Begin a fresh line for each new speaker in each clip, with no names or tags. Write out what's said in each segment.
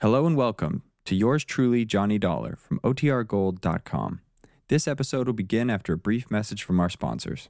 Hello and welcome to yours truly, Johnny Dollar from OTRGold.com. This episode will begin after a brief message from our sponsors.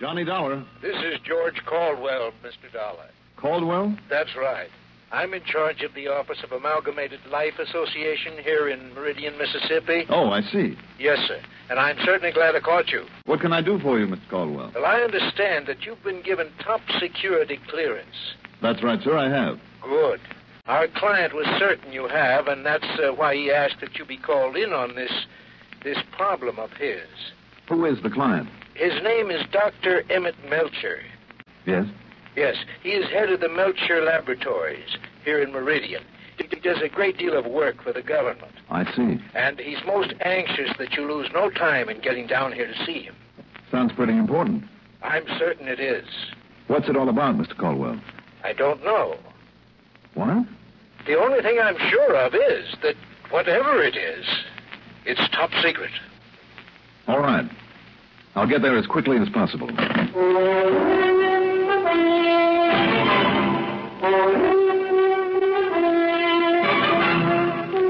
Johnny Dollar.
This is George Caldwell, Mr. Dollar.
Caldwell?
That's right. I'm in charge of the office of Amalgamated Life Association here in Meridian, Mississippi.
Oh, I see.
Yes, sir. And I'm certainly glad I caught you.
What can I do for you, Mr. Caldwell?
Well, I understand that you've been given top security clearance.
That's right, sir, I have.
Good. Our client was certain you have, and that's uh, why he asked that you be called in on this this problem of his.
Who is the client?
His name is Dr. Emmett Melcher.
Yes.
Yes, he is head of the Melcher Laboratories here in Meridian. He he does a great deal of work for the government,
I see.
and he's most anxious that you lose no time in getting down here to see him.
Sounds pretty important.
I'm certain it is.
What's it all about, Mr. Caldwell?
I don't know.
What?
The only thing I'm sure of is that whatever it is, it's top secret.
All right. I'll get there as quickly as possible.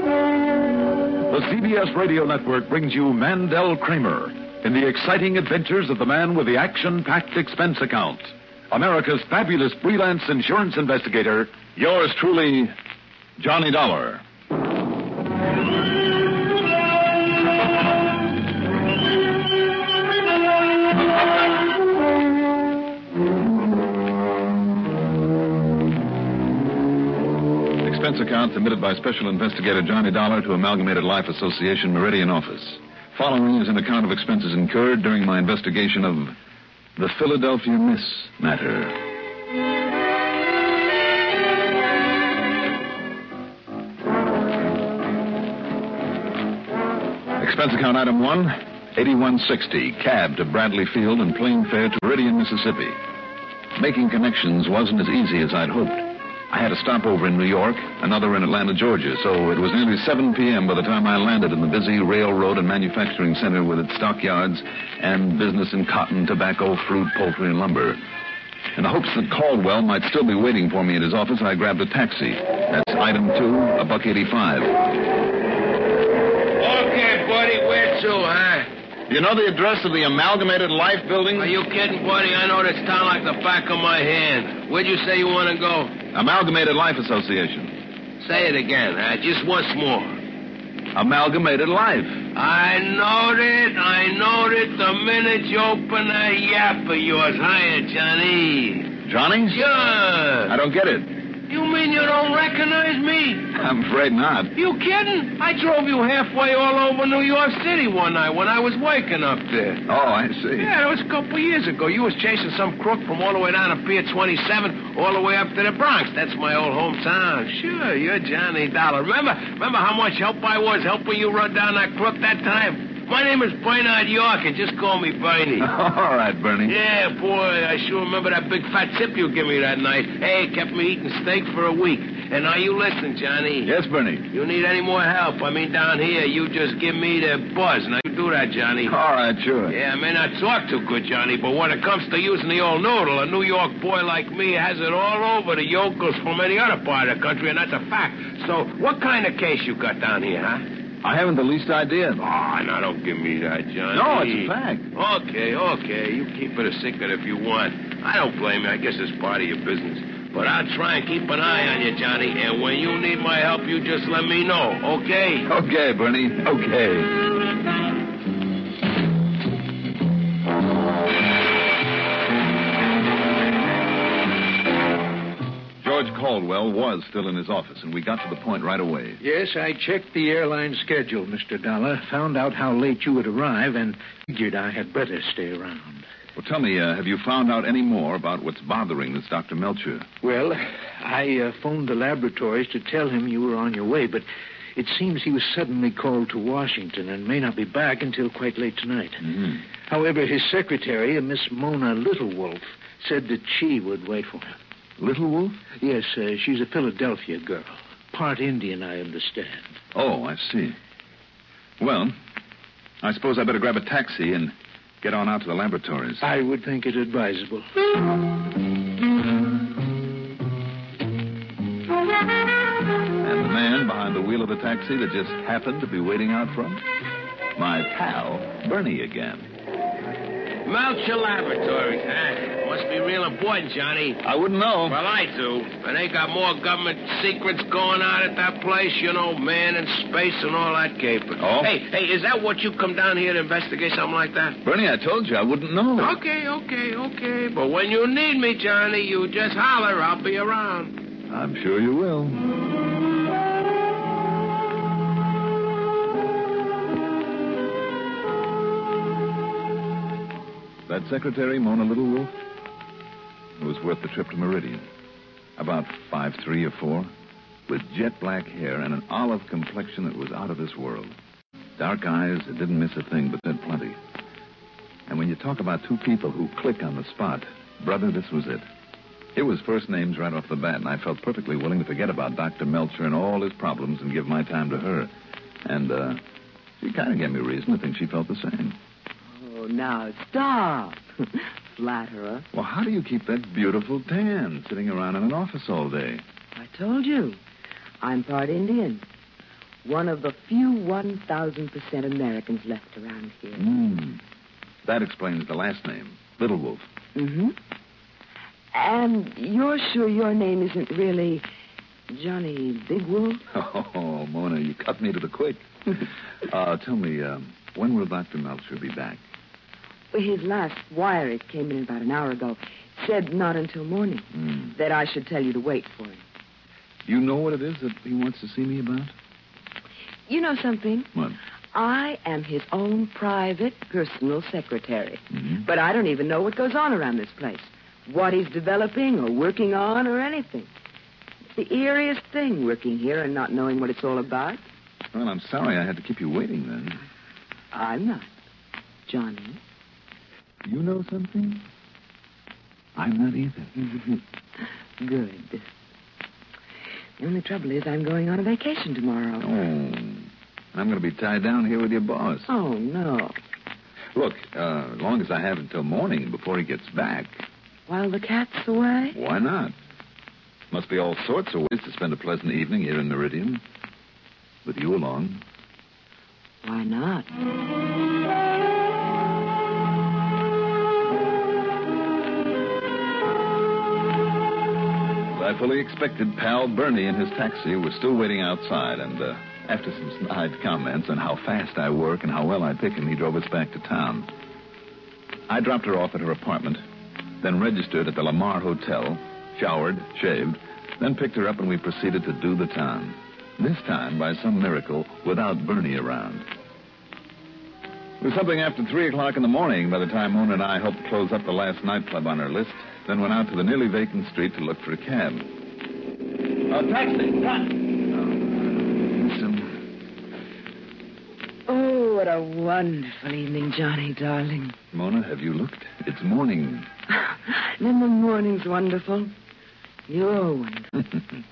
The CBS Radio Network brings you Mandel Kramer in the exciting adventures of the man with the action packed expense account. America's fabulous freelance insurance investigator, yours truly, Johnny Dollar. Expense account submitted by Special Investigator Johnny Dollar to Amalgamated Life Association Meridian office. Following is an account of expenses incurred during my investigation of the Philadelphia Miss matter. Expense account item one, 8160, cab to Bradley Field and plane fare to Meridian, Mississippi. Making connections wasn't as easy as I'd hoped. I had a stopover in New York, another in Atlanta, Georgia, so it was nearly 7 p.m. by the time I landed in the busy railroad and manufacturing center with its stockyards and business in cotton, tobacco, fruit, poultry, and lumber. In the hopes that Caldwell might still be waiting for me at his office, I grabbed a taxi. That's item two, a buck 85.
Okay, buddy, where to, huh?
You know the address of the Amalgamated Life Building?
Are you kidding, buddy? I know this town like the back of my hand. Where'd you say you want to go?
Amalgamated Life Association.
Say it again, huh? Just once more.
Amalgamated Life.
I knowed it. I knowed it the minute you opened that yap of yours. Hiya, Johnny.
Johnny? I
Sure.
don't get it.
You mean you don't recognize me?
I'm afraid not.
You kidding? I drove you halfway all over New York City one night when I was working up there.
Oh, I see.
Yeah, it was a couple of years ago. You was chasing some crook from all the way down to Pier 27, all the way up to the Bronx. That's my old hometown. Sure, you're Johnny Dollar. Remember, remember how much help I was helping you run down that crook that time? My name is Bernard York, and just call me Bernie.
All right, Bernie.
Yeah, boy, I sure remember that big fat tip you give me that night. Hey, it kept me eating steak for a week. And now you listen, Johnny.
Yes, Bernie.
You need any more help? I mean, down here, you just give me the buzz. Now you do that, Johnny.
All right, sure.
Yeah, I may not talk too good, Johnny, but when it comes to using the old noodle, a New York boy like me has it all over the yokels from any other part of the country, and that's a fact. So, what kind of case you got down here, huh?
I haven't the least idea.
Oh, now don't give me that, Johnny.
No, it's a fact.
Okay, okay. You keep it a secret if you want. I don't blame you. I guess it's part of your business. But I'll try and keep an eye on you, Johnny, and when you need my help, you just let me know, okay?
Okay, Bernie. Okay. George Caldwell was still in his office, and we got to the point right away.
Yes, I checked the airline schedule, Mr. Dollar, found out how late you would arrive, and figured I had better stay around.
Well, tell me, uh, have you found out any more about what's bothering this Dr. Melcher?
Well, I uh, phoned the laboratories to tell him you were on your way, but it seems he was suddenly called to Washington and may not be back until quite late tonight. However, his secretary, a Miss Mona Littlewolf, said that she would wait for him.
Little Wolf?
Yes, uh, she's a Philadelphia girl. Part Indian, I understand.
Oh, I see. Well, I suppose I better grab a taxi and get on out to the laboratories.
I would think it advisable.
behind the wheel of a taxi that just happened to be waiting out front? My pal, Bernie again.
Mount your laboratory. Ah, must be real important, Johnny.
I wouldn't know.
Well, I do. And they got more government secrets going on at that place, you know, man and space and all that caper.
Oh?
Hey, hey, is that what you come down here to investigate something like that?
Bernie, I told you I wouldn't know.
Okay, okay, okay. But when you need me, Johnny, you just holler. I'll be around.
I'm sure you will. That secretary, Mona Little Wolf, it was worth the trip to Meridian. About five three or four, with jet black hair and an olive complexion that was out of this world. Dark eyes that didn't miss a thing, but said plenty. And when you talk about two people who click on the spot, brother, this was it. It was first names right off the bat, and I felt perfectly willing to forget about Dr. Melcher and all his problems and give my time to her. And, uh, she kind of gave me reason to think she felt the same.
Oh, now stop. Flatterer.
Well, how do you keep that beautiful tan sitting around in an office all day?
I told you. I'm part Indian. One of the few 1,000% Americans left around here.
Mmm. That explains the last name, Little Wolf.
Mm-hmm. And you're sure your name isn't really Johnny Big Wolf?
Oh, Mona, you cut me to the quick. uh, tell me, um, when will Dr. Melcher be back?
His last wire, it came in about an hour ago, said not until morning.
Hmm.
That I should tell you to wait for him.
Do you know what it is that he wants to see me about?
You know something?
What?
I am his own private personal secretary.
Mhm.
But I don't even know what goes on around this place, what he's developing or working on or anything. The eeriest thing working here and not knowing what it's all about.
Well, I'm sorry I had to keep you waiting then.
I'm not. Johnny.
You know something? I'm not either.
Good. The only trouble is I'm going on a vacation tomorrow.
Oh. I'm going to be tied down here with your boss.
Oh, no.
Look, uh, as long as I have until morning before he gets back,
While the cat's away?
why not? Must be all sorts of ways to spend a pleasant evening here in Meridian. With you along.
Why not?
As I fully expected, pal Bernie in his taxi was still waiting outside, and uh, after some snide comments on how fast I work and how well I pick him, he drove us back to town. I dropped her off at her apartment, then registered at the Lamar Hotel, showered, shaved, then picked her up, and we proceeded to do the town. This time, by some miracle, without Bernie around. It was something after 3 o'clock in the morning by the time Mona and I helped close up the last nightclub on her list, then went out to the nearly vacant street to look for a cab. A taxi! Some...
Oh, what a wonderful evening, Johnny, darling.
Mona, have you looked? It's morning.
then the morning's wonderful. You're wonderful.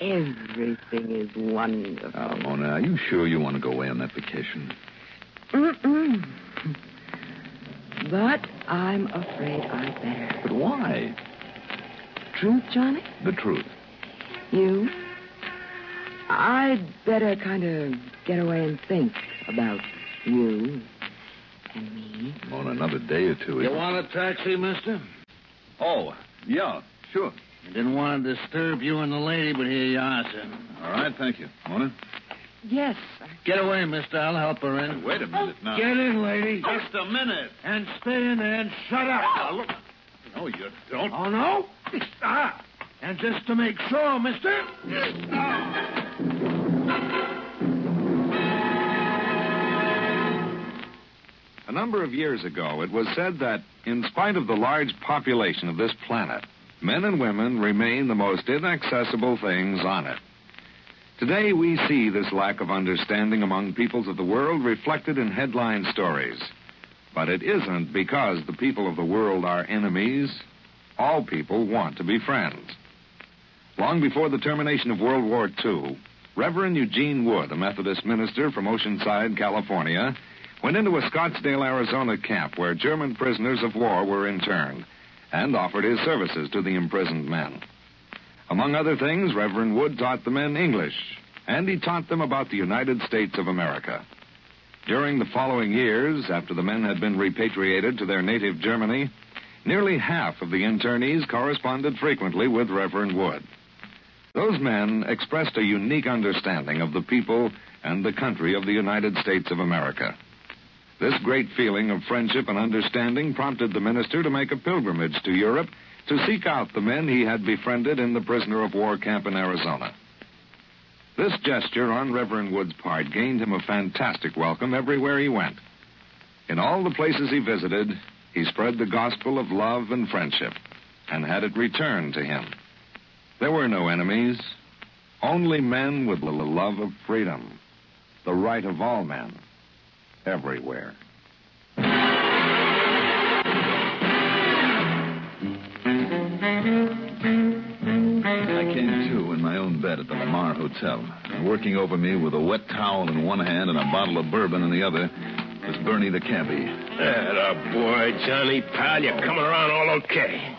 Everything is
Now,
wonderful.
Ah, Mona, are you sure you want to go away on that vacation?
Mm-mm. But I'm afraid I better.
But why?
Truth, Johnny?
The truth.
You? I'd better kind of get away and think about you and me.
Mona, another day or two.
You
is-
want a taxi, mister?
Oh, yeah, sure.
I didn't want to disturb you and the lady, but here you are, sir.
All right, thank you. Mona?
Yes.
Get away, mister. I'll help her in.
Wait a minute now.
Get in, lady.
Just a minute. Oh,
And stay in there and shut up.
No, you don't.
Oh, no? Ah. And just to make sure, mister.
A number of years ago, it was said that, in spite of the large population of this planet, men and women remain the most inaccessible things on it. Today, we see this lack of understanding among peoples of the world reflected in headline stories. But it isn't because the people of the world are enemies. All people want to be friends. Long before the termination of World War II, Reverend Eugene Wood, a Methodist minister from Oceanside, California, went into a Scottsdale, Arizona camp where German prisoners of war were interned and offered his services to the imprisoned men. Among other things, Reverend Wood taught the men English, and he taught them about the United States of America. During the following years, after the men had been repatriated to their native Germany, nearly half of the internees corresponded frequently with Reverend Wood. Those men expressed a unique understanding of the people and the country of the United States of America. This great feeling of friendship and understanding prompted the minister to make a pilgrimage to Europe to seek out the men he had befriended in the prisoner of war camp in Arizona. This gesture on Reverend Wood's part gained him a fantastic welcome everywhere he went. In all the places he visited, he spread the gospel of love and friendship and had it returned to him. There were no enemies, only men with the love of freedom, the right of all men, everywhere.
I came to in my own bed at the Lamar Hotel. And working over me with a wet towel in one hand and a bottle of bourbon in the other was Bernie the cabbie.
That boy, Johnny, pal, you're coming around all okay.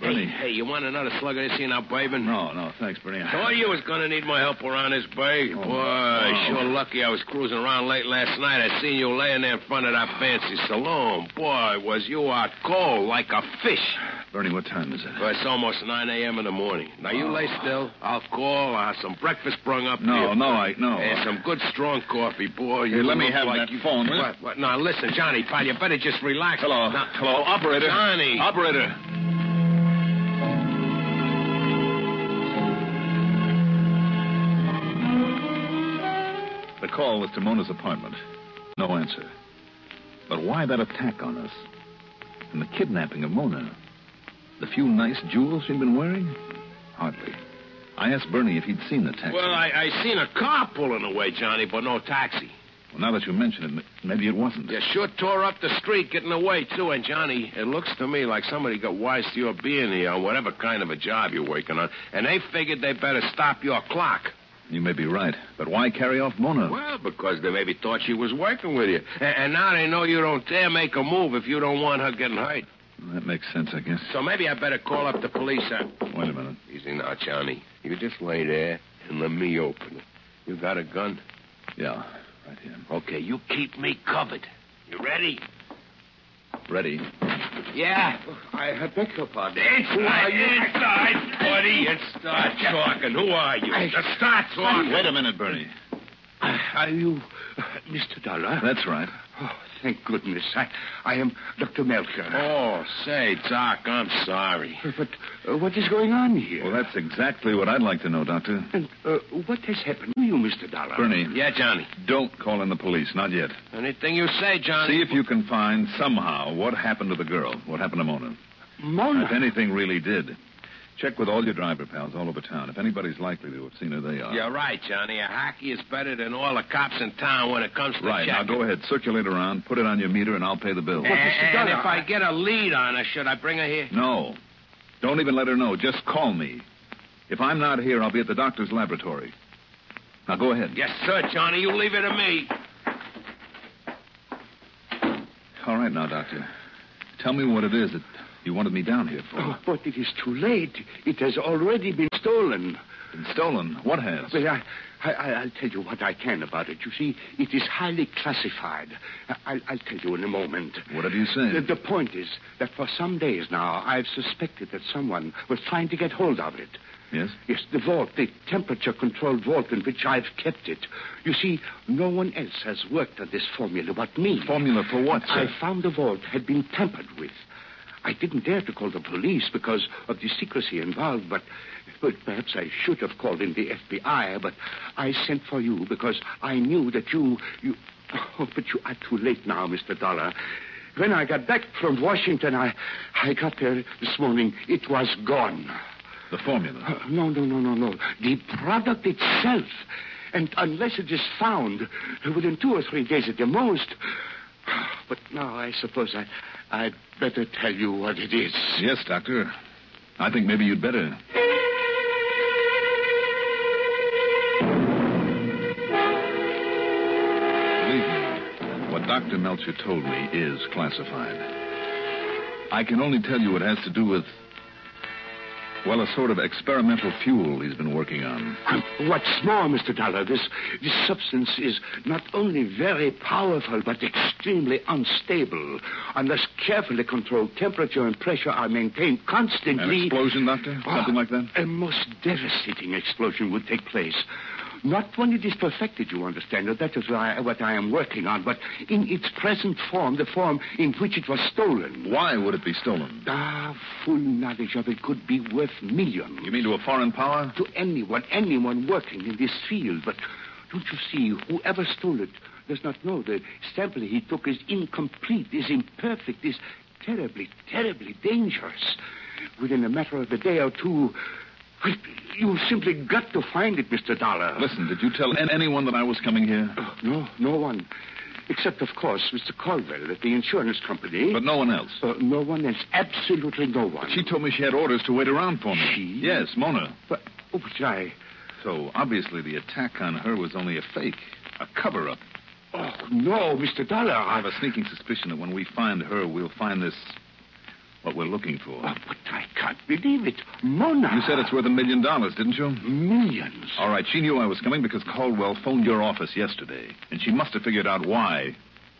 Bernie.
Hey, hey, you want another slug of this here now, bourbon?
No, Oh, no, thanks, Bernie.
Told you was gonna need my help around this bay.
Oh,
Boy, sure lucky I was cruising around late last night. I seen you laying there in front of that fancy saloon. Boy, was you out cold like a fish.
Bernie, what time is it?
Well, it's almost 9 a.m. in the morning. Now, you lay still. I'll call. I'll have some breakfast brung up
No,
here.
no, I no.
And some good strong coffee, boy. You
Hey, let me
look
have
like
that
you...
phone, will you?
What, what? Now, listen, Johnny, pal, you better just relax.
Hello, uh,
Now-
hello, operator.
Johnny.
Operator. The call was to Mona's apartment. No answer. But why that attack on us? And the kidnapping of Mona? The few nice jewels she'd been wearing? Hardly. I asked Bernie if he'd seen the taxi.
Well, I, I seen a car pulling away, Johnny, but no taxi.
Well, now that you mention it, m- maybe it wasn't.
You sure tore up the street getting away, too. And, Johnny, it looks to me like somebody got wise to your being here on whatever kind of a job you're working on. And they figured they better stop your clock.
You may be right. But why carry off Mona?
Well, because they maybe thought she was working with you. And, and now they know you don't dare make a move if you don't want her getting hurt.
That makes sense, I guess.
So maybe I better call up the police. Huh?
Wait a minute.
Easy now, Johnny. You just lay there and let me open it. You got a gun?
Yeah, right here.
Okay, you keep me covered. You ready?
Ready.
Yeah. I beg your pardon. Inside, inside, buddy. And start talking. Who are you? Just start talking.
Wait a minute, Bernie.
Are you Mr. Dollar?
That's right.
Oh, thank goodness. I, I am Dr. Melcher. Oh, say, Doc, I'm sorry.
But uh, what is going on here?
Well, that's exactly what I'd like to know, Doctor.
And uh, what has happened to you, Mr. Dollar?
Bernie,
Yeah, Johnny.
don't call in the police. Not yet.
Anything you say, Johnny.
See if you can find somehow what happened to the girl, what happened to Mona. If
Mona.
anything really did. Check with all your driver pals all over town. If anybody's likely to have seen her, they are.
You're right, Johnny. A hockey is better than all the cops in town when it Eh, comes to
Right. Now
checking.
go ahead, circulate around, put it on your meter, and I'll pay the bill.
And, and if I get a lead on her, should I bring her here?
No. Don't even let her know. Just call me. If I'm not here, I'll be at the doctor's laboratory. Now go ahead.
Yes, sir, Johnny. You leave it to me.
All right now, Doctor. Tell me what it is that you wanted me down here for.
Oh, but it is too late. It has already been stolen.
Been stolen. What has?
Well, I, I, I'll tell you what I can about it. You see, it is highly classified. I'll, I'll tell you in a moment.
Whatever you say.
The, the point is that for some days now, I've suspected that someone was trying to get hold of it.
Yes?
Yes, the vault, the temperature controlled vault in which I've kept it. You see, no one else has worked on this formula but me.
Formula for what,
I
sir?
found the vault had been tampered with. I didn't dare to call the police because of the secrecy involved, but, but perhaps I should have called in the FBI, but I sent for you because I knew that you. you oh, but you are too late now, Mr. Dollar. When I got back from Washington, I, I got there this morning. It was gone.
The formula.
Uh, No, no, no, no, no. The product itself. And unless it is found within two or three days at the most. But now I suppose I, I'd better tell you what it is.
Yes, Doctor. I think maybe you'd better. Believe me, what Dr. Melcher told me is classified. I can only tell you it has to do with Well, a sort of experimental fuel he's been working on.
What's more, Mr. Dollar, this, this substance is not only very powerful, but extremely unstable. Unless carefully controlled, temperature and pressure are maintained
An
constantly. Ah,
explosion, Doctor? Something like that?
A most devastating explosion would take place. Not when it is perfected, you understand. That is why- what I am working on, but in its present form, the form in which it was stolen.
Why would it be stolen?
Ah, full knowledge of it could be worth millions
You mean to a foreign power?
to anyone, anyone working in this field. But don't you see, whoever stole it does not know the sample he took is incomplete, is imperfect, is terribly, terribly dangerous. Within a matter of a day or two, you've simply got to find it, Mr. Dollar.
Listen, did you tell an- anyone that I was coming here?
Oh, no, no one. Except, of course, Mr. Caldwell at the insurance company.
But no one else.
Uh, no one else. Absolutely no one.
She told me she had orders to wait around for me.
She?
Yes, Mona.
But, oh, but I...
So obviously the attack on her was only a fake, a cover up.
Oh, no, Mr. Dollar.
I have a sneaking suspicion that when we find her, we'll find this. what we're looking for.
Oh, but I can't believe it. Mona.
You said it's worth a million dollars, didn't you?
millions.
All right, she knew I was coming because Caldwell phoned your office yesterday, and she must have figured out why.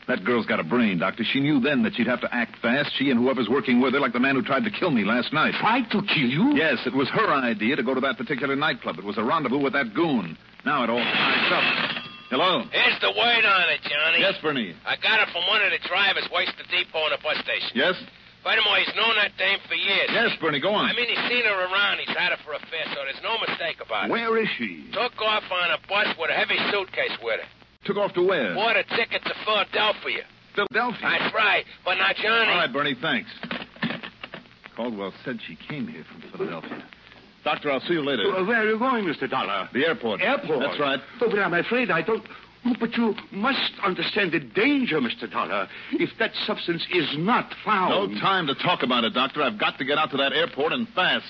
That girl's got a brain, Doctor. She knew then that she'd have to act fast, she and whoever's working with her, like the man who tried to kill me last night.
Tried to kill you?
Yes, it was her idea to go to that particular nightclub. It was a rendezvous with that goon. Now it all ties up. Hello?
Here's the word on it, Johnny.
Yes, Bernie.
I got it from one of the drivers west of depot in the bus station.
Yes?
Furthermore, he's known that dame for years.
Yes, Bernie, go on.
I mean, he's seen her around. He's had her for a fair, so there's no mistake about it.
Where is she?
Took off on a bus with a heavy suitcase with her.
Took off to where?
Bought a ticket to Philadelphia.
Philadelphia.
That's right. But now, Johnny.
All right, Bernie, thanks. Caldwell said she came here from Philadelphia. Doctor, I'll see you later.
Uh, where are you going, Mr. Dollar?
The airport.
Airport.
That's right.
Oh, but I'm afraid I don't. Oh, but you must understand the danger, Mr. Dollar, if that substance is not
No
found.
time to talk about it, Doctor. I've got to get out to that airport and fast.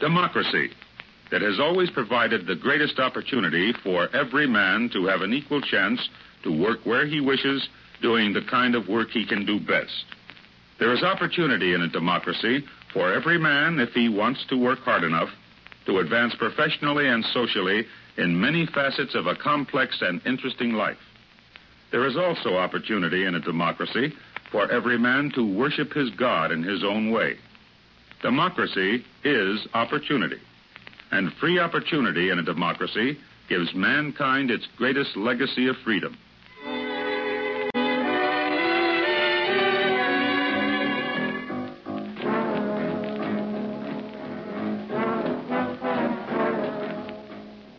democracy that has always provided the greatest opportunity for every man to have an equal chance to work where he wishes, doing the kind of work he can do best. There is opportunity in a democracy for every man, if he wants to work hard enough, to advance professionally and socially in many facets of a complex and interesting life. There is also opportunity in a democracy for every man to worship his God in his own way. Democracy is opportunity. And free opportunity in a democracy gives mankind its greatest legacy of freedom.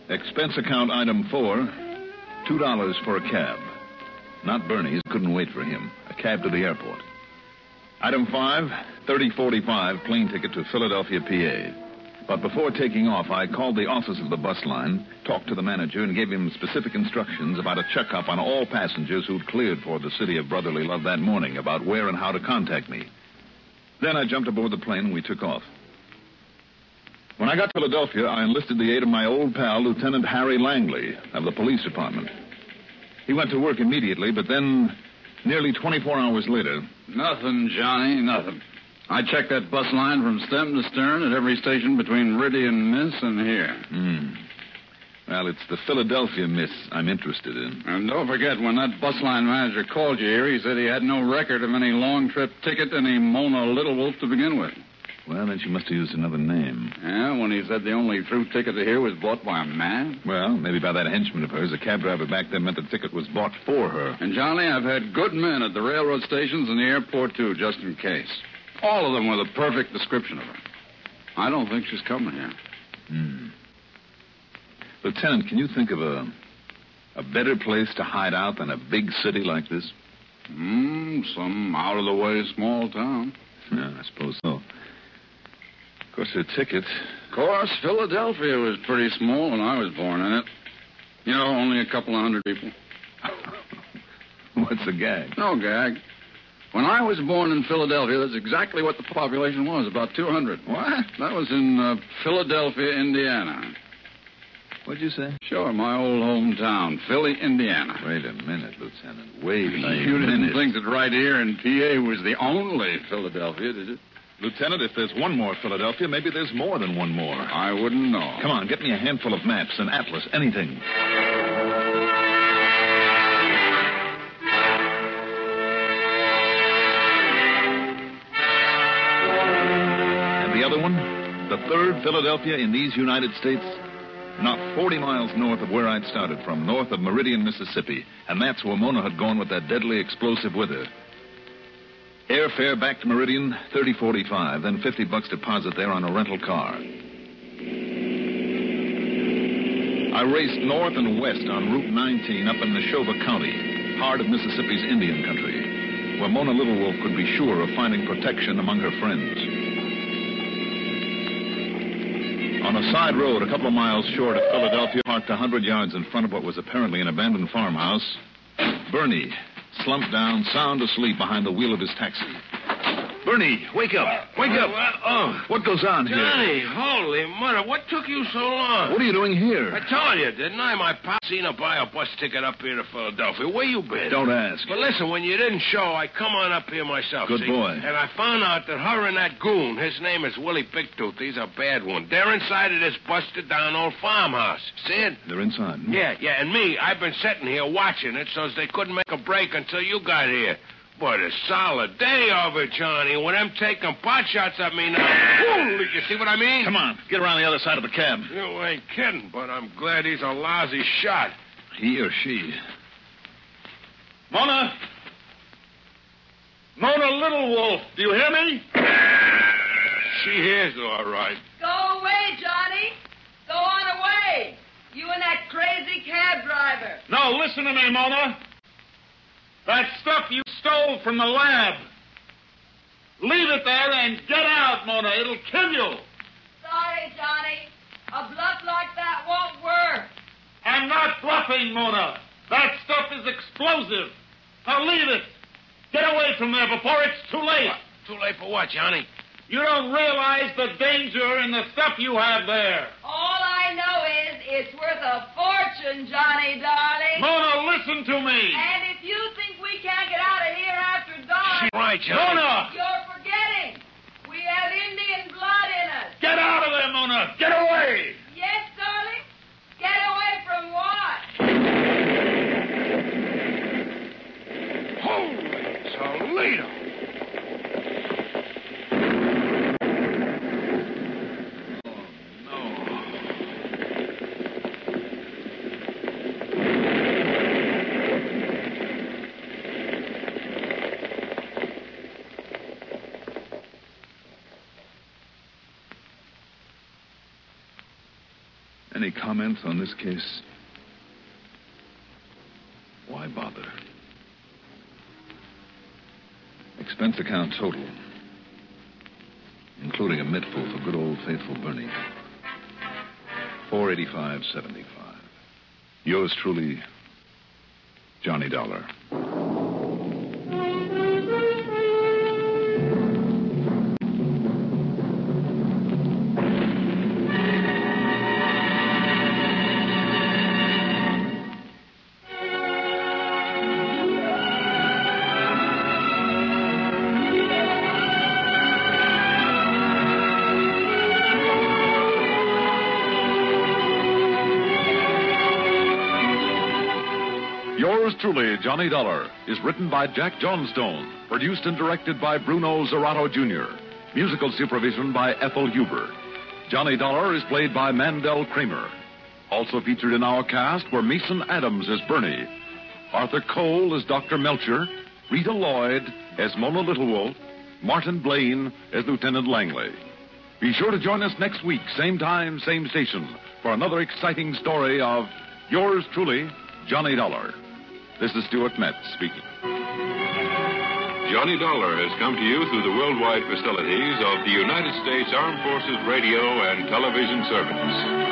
Expense account item four two dollars for a cab. Not Bernie's, couldn't wait for him. A cab to the airport. Item five, 3045, plane ticket to Philadelphia, PA. But before taking off, I called the office of the bus line, talked to the manager, and gave him specific instructions about a checkup on all passengers who'd cleared for the city of brotherly love that morning about where and how to contact me. Then I jumped aboard the plane and we took off. When I got to Philadelphia, I enlisted the aid of my old pal, Lieutenant Harry Langley of the police department. He went to work immediately, but then, nearly 24 hours later,
Nothing, Johnny, nothing. I checked that bus line from stem to stern at every station between Riddy and Miss and here.
Hmm. Well, it's the Philadelphia miss I'm interested in.
And don't forget, when that bus line manager called you here, he said he had no record of any long trip ticket and he Mona Little Wolf to begin with.
Well, then she must have used another name.
Yeah, when he said the only through ticket to here was bought by a man.
Well, maybe by that henchman of hers, the cab driver back there meant the ticket was bought for her.
And, Johnny, I've had good men at the railroad stations and the airport, too, just in case. All of them with a perfect description of her. I don't think she's coming here.
Hmm. Lieutenant, can you think of a a better place to hide out than a big city like this?
Hmm, some out of the way small town.
Yeah, I suppose so. Of course, her ticket.
Of course, Philadelphia was pretty small when I was born in it. You know, only a couple of hundred people.
What's the gag?
No gag. When I was born in Philadelphia, that's exactly what the population was about 200.
What?
That was in uh, Philadelphia, Indiana.
What'd you say?
Sure, my old hometown, Philly, Indiana.
Wait a minute, Lieutenant. Wait a minute.
you didn't think that right here in PA was the only Philadelphia, did you?
Lieutenant, if there's one more Philadelphia, maybe there's more than one more.
I wouldn't know.
Come on, get me a handful of maps, an atlas, anything. And the other one? The third Philadelphia in these United States? Not 40 miles north of where I'd started from, north of Meridian, Mississippi. And that's where Mona had gone with that deadly explosive with her. Airfare back to Meridian, 3045, then 50 bucks deposit there on a rental car. I raced north and west on Route 19 up in Neshova County, heart of Mississippi's Indian country, where Mona Little Wolf could be sure of finding protection among her friends. On a side road a couple of miles short of Philadelphia, parked a 100 yards in front of what was apparently an abandoned farmhouse, Bernie slumped down, sound asleep behind the wheel of his taxi. Bernie, wake up. Wake up.
Oh,
What goes on here?
Johnny, holy mother, what took you so long?
What are you doing
I
here?
told you, didn't I? My pop seen her buy a bus ticket up here to Philadelphia. Where you been?
Don't ask.
But listen, when you didn't show, I come on up here myself.
Good
see?
boy.
And I found out that her and that goon, his name is Willie Bigtooth, he's a bad one. They're inside of this busted down old farmhouse. See it?
They're inside. hmm?
Yeah, yeah, and me, I've been sitting here watching it so they couldn't make a break until you got here. But a solid day of it, Johnny, when them taking pot shots at me now. Holy, you see what I mean?
Come on, get around the other side of the cab.
You ain't kidding, but I'm glad he's a lousy shot.
He or she. Mona! Mona Little Wolf, do you hear me?
She hears all right.
Go away, Johnny. Go on away. You and that crazy cab driver.
No, listen to me, Mona. That stuff you stole from the lab. Leave it there and get out, Mona. It'll kill you.
Sorry, Johnny. A bluff like that won't work.
I'm not bluffing, Mona. That stuff is explosive. Now leave it. Get away from there before it's too late.
Too late for what, Johnny?
You don't realize the danger in the stuff you have there.
All I know is it's worth a fortune, Johnny, darling.
Mona, listen to me.
and if you think we can't get out of here after dark,
Right, Johnny.
Mona!
you're forgetting. We have Indian blood in us.
Get out of there, Mona! Get away!
Yes, darling? Get away from what?
Holy Toledo.
Any comments on this case? Why bother? Expense account total, including a mitful for good old faithful Bernie. Four eighty-five seventy-five. Yours truly, Johnny Dollar.
Yours truly, Johnny Dollar, is written by Jack Johnstone, produced and directed by Bruno Zerato Jr., musical supervision by Ethel Huber. Johnny Dollar is played by Mandel Kramer. Also featured in our cast were Mason Adams as Bernie, Arthur Cole as Dr. Melcher, Rita Lloyd as Mona Littlewolf, Martin Blaine as Lieutenant Langley. Be sure to join us next week, same time, same station, for another exciting story of yours truly, Johnny Dollar. This is Stuart Metz speaking.
Johnny Dollar has come to you through the worldwide facilities of the United States Armed Forces Radio and Television Service.